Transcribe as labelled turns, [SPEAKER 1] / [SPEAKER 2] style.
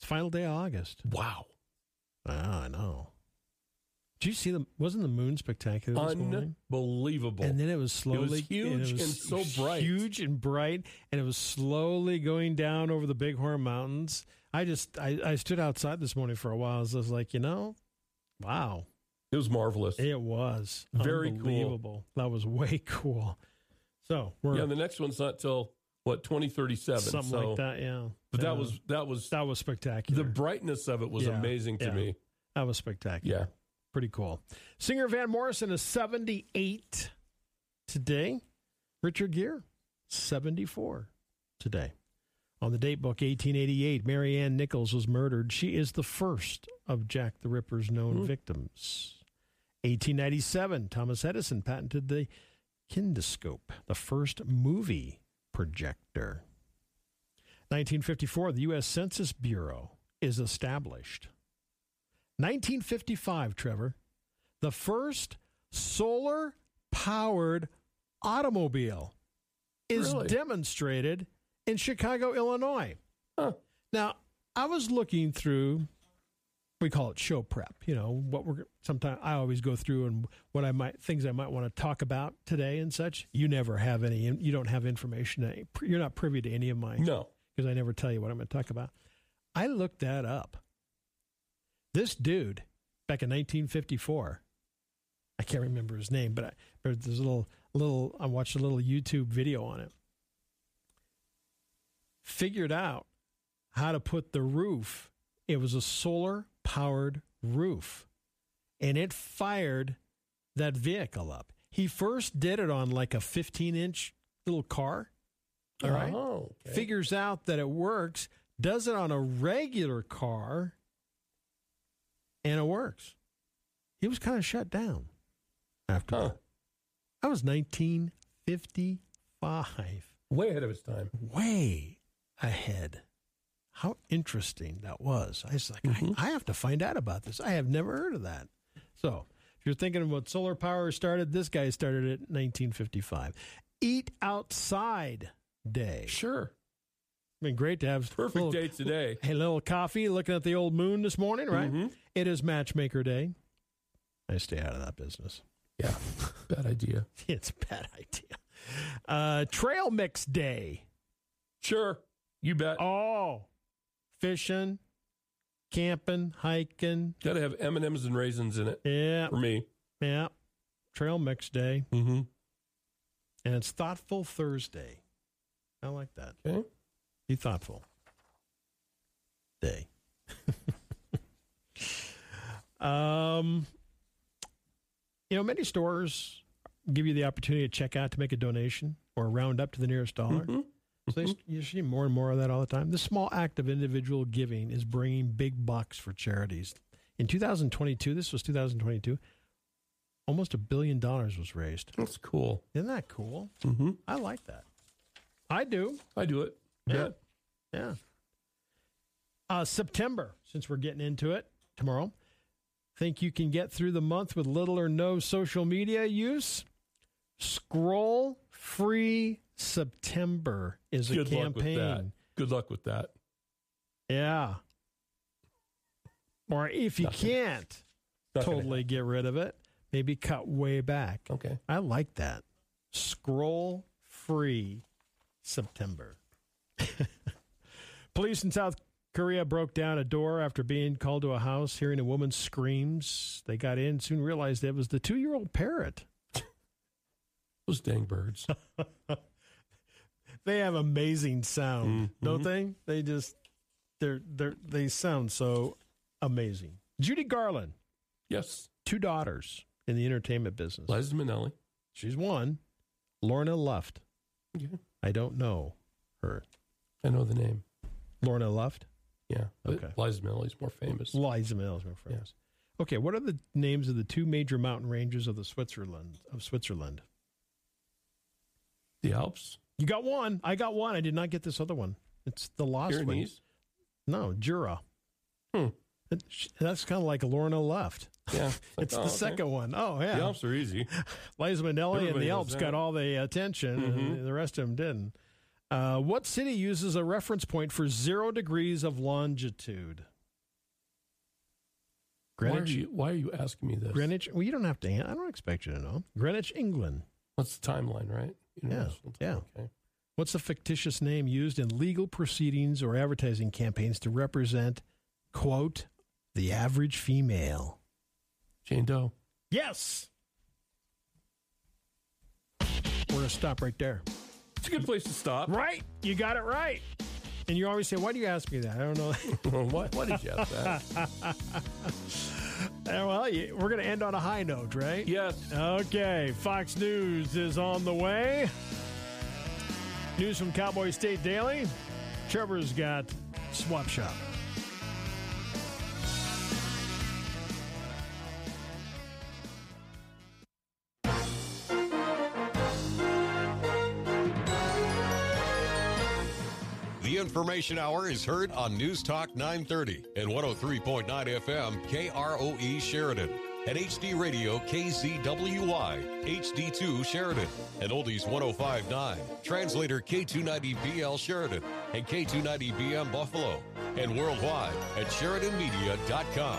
[SPEAKER 1] Final day of August.
[SPEAKER 2] Wow.
[SPEAKER 1] Ah, I know. Did you see the? Wasn't the moon spectacular this morning?
[SPEAKER 2] Unbelievable.
[SPEAKER 1] And then it was slowly
[SPEAKER 2] huge
[SPEAKER 1] it
[SPEAKER 2] and so bright.
[SPEAKER 1] huge and bright, and it was slowly going down over the Bighorn Mountains. I just I, I stood outside this morning for a while. I was just like, you know, wow,
[SPEAKER 2] it was marvelous.
[SPEAKER 1] it was
[SPEAKER 2] Very cool.
[SPEAKER 1] unbelievable. That was way cool. So we're
[SPEAKER 2] Yeah, and the next one's not till what 2037.
[SPEAKER 1] something
[SPEAKER 2] so,
[SPEAKER 1] like that, yeah.
[SPEAKER 2] But that
[SPEAKER 1] Yeah.
[SPEAKER 2] was that was
[SPEAKER 1] that was
[SPEAKER 2] the
[SPEAKER 1] spectacular.
[SPEAKER 2] brightness of it was
[SPEAKER 1] Yeah,
[SPEAKER 2] amazing to
[SPEAKER 1] yeah.
[SPEAKER 2] me.
[SPEAKER 1] that was spectacular.
[SPEAKER 2] Yeah.
[SPEAKER 1] pretty cool. Singer Van Morrison is seventy eight today. Richard Gere, 74 today. On the date book, 1888, Mary Ann Nichols was murdered. She is the first of Jack the Ripper's known victims. 1897, Thomas Edison patented the kinescope, the first movie projector. 1954, the U.S. Census Bureau is established. 1955, Trevor, the first solar powered automobile is
[SPEAKER 2] Really?
[SPEAKER 1] demonstrated in Chicago, Illinois.
[SPEAKER 2] Huh.
[SPEAKER 1] Now, I was looking through we call it show prep, you know, what we're sometimes I always go through and what I might things I might want to talk about today and such. You never have any you don't have information. eh, You're not privy to any of my
[SPEAKER 2] No.
[SPEAKER 1] because I never tell you what I'm going to talk about. I looked that up. This dude, back in 1954, I can't remember his name, but I, but there's a little little I watched a little YouTube video on it. Figured out how to put the roof. It was a solar powered roof, and it fired that vehicle up. He first did it on like a 15 inch little car. All right
[SPEAKER 2] Oh, okay.
[SPEAKER 1] figures out that it works, does it on a regular car, and it works. He was kind of shut down after
[SPEAKER 2] Huh.
[SPEAKER 1] that. That was 1955.
[SPEAKER 2] Way ahead of its time.
[SPEAKER 1] Way ahead. How interesting that was. I was like,
[SPEAKER 2] Mm-hmm.
[SPEAKER 1] I, I have to find out about this. I have never heard of that. So, if you're thinking of what solar power started, this guy started it in 1955. Eat Outside Day.
[SPEAKER 2] Sure.
[SPEAKER 1] Been great to have
[SPEAKER 2] Perfect
[SPEAKER 1] little,
[SPEAKER 2] day today.
[SPEAKER 1] A little coffee, looking at the old moon this morning, right?
[SPEAKER 2] Mhm.
[SPEAKER 1] It is Matchmaker Day. Mm-hmm. I stay out of that business.
[SPEAKER 2] Yeah. Bad idea.
[SPEAKER 1] It's a bad idea. Uh, trail Mix Day.
[SPEAKER 2] Sure. You bet.
[SPEAKER 1] Oh, fishing, camping, hiking.
[SPEAKER 2] Got to have M and M's and raisins in it
[SPEAKER 1] Yeah,
[SPEAKER 2] for me.
[SPEAKER 1] yeah. Trail Mix Day,
[SPEAKER 2] Mm-hmm.
[SPEAKER 1] and it's Thoughtful Thursday. I like that.
[SPEAKER 2] Okay.
[SPEAKER 1] Be thoughtful. Day. um, you know, many stores give you the opportunity to check out to make a donation or round up to the nearest dollar. So they, you see more and more of that all the time. This small act of individual giving is bringing big bucks for charities. In 2022, this was 2022, almost a billion dollars was raised.
[SPEAKER 2] That's cool.
[SPEAKER 1] Isn't that cool?
[SPEAKER 2] Mm-hmm.
[SPEAKER 1] I like that. I do.
[SPEAKER 2] I do it.
[SPEAKER 1] Yeah.
[SPEAKER 2] Yeah.
[SPEAKER 1] Yeah. Uh, September, since we're getting into it tomorrow, think you can get through the month with little or no social media use? Scroll free September is a
[SPEAKER 2] Good luck with
[SPEAKER 1] campaign.
[SPEAKER 2] that. Good luck with that.
[SPEAKER 1] Yeah. Or if you
[SPEAKER 2] Nothing.
[SPEAKER 1] can't
[SPEAKER 2] Not gonna-
[SPEAKER 1] totally get rid of it, maybe cut way back.
[SPEAKER 2] Okay.
[SPEAKER 1] I like that. Scroll free September. Police in South Korea broke down a door after being called to a house, hearing a woman's screams. They got in, soon realized it was the two year old parrot.
[SPEAKER 2] Those dang birds.
[SPEAKER 1] They have amazing sound, don't they? They just they're they're they sound so amazing. Judy Garland,
[SPEAKER 2] yes.
[SPEAKER 1] two daughters in the entertainment business.
[SPEAKER 2] Liza Minnelli.
[SPEAKER 1] She's one. Lorna Luft.
[SPEAKER 2] Yeah.
[SPEAKER 1] I don't know her.
[SPEAKER 2] I know the name.
[SPEAKER 1] Lorna Luft?
[SPEAKER 2] Yeah. But
[SPEAKER 1] Okay.
[SPEAKER 2] Liza Minnelli's more famous.
[SPEAKER 1] Liza Minnelli is my friend. Okay, what are the names of the two major mountain ranges of the Switzerland of Switzerland?
[SPEAKER 2] The Alps.
[SPEAKER 1] You got one. I got one. I did not get this other one. It's the lost one.
[SPEAKER 2] Pyrenees.
[SPEAKER 1] No, Jura.
[SPEAKER 2] Hmm.
[SPEAKER 1] That- sh- That's kind of like Lorna Luft.
[SPEAKER 2] Yeah. like,
[SPEAKER 1] It's
[SPEAKER 2] oh,
[SPEAKER 1] the
[SPEAKER 2] okay.
[SPEAKER 1] second one. Oh yeah,
[SPEAKER 2] The Alps are easy.
[SPEAKER 1] Liza Minnelli and
[SPEAKER 2] Everybody
[SPEAKER 1] the
[SPEAKER 2] knows
[SPEAKER 1] Alps
[SPEAKER 2] that.
[SPEAKER 1] got all the attention,
[SPEAKER 2] Mhm.
[SPEAKER 1] and the rest of them didn't. Uh, what city uses a reference point for zero degrees of longitude?
[SPEAKER 2] Why are,
[SPEAKER 1] Greenwich.
[SPEAKER 2] you, why are you asking me this?
[SPEAKER 1] Greenwich. Well, you don't have to. an- I don't expect you to know. Greenwich, England.
[SPEAKER 2] That's the timeline, right? International
[SPEAKER 1] Yeah,
[SPEAKER 2] time, Okay.
[SPEAKER 1] What's a fictitious name used in legal proceedings or advertising campaigns to represent, quote, the average female?
[SPEAKER 2] Jane Doe.
[SPEAKER 1] Yes. We're going to stop right there.
[SPEAKER 2] It's a good place to stop.
[SPEAKER 1] Right. You got it right. And you always say, why do you ask me that? I don't know.
[SPEAKER 2] why, why did you ask that?
[SPEAKER 1] well, you, we're going to end on a high note, right?
[SPEAKER 2] yes.
[SPEAKER 1] Okay, Fox News is on the way. News from Cowboy State Daily. Trevor's got Swap Shop.
[SPEAKER 3] The Information Hour is heard on News Talk 930 and 103.9 FM KROE E Sheridan. And HD Radio KZWY, HD2 Sheridan, and Oldies 1059, Translator K290BL Sheridan, and K290BM Buffalo, and worldwide at SheridanMedia.com.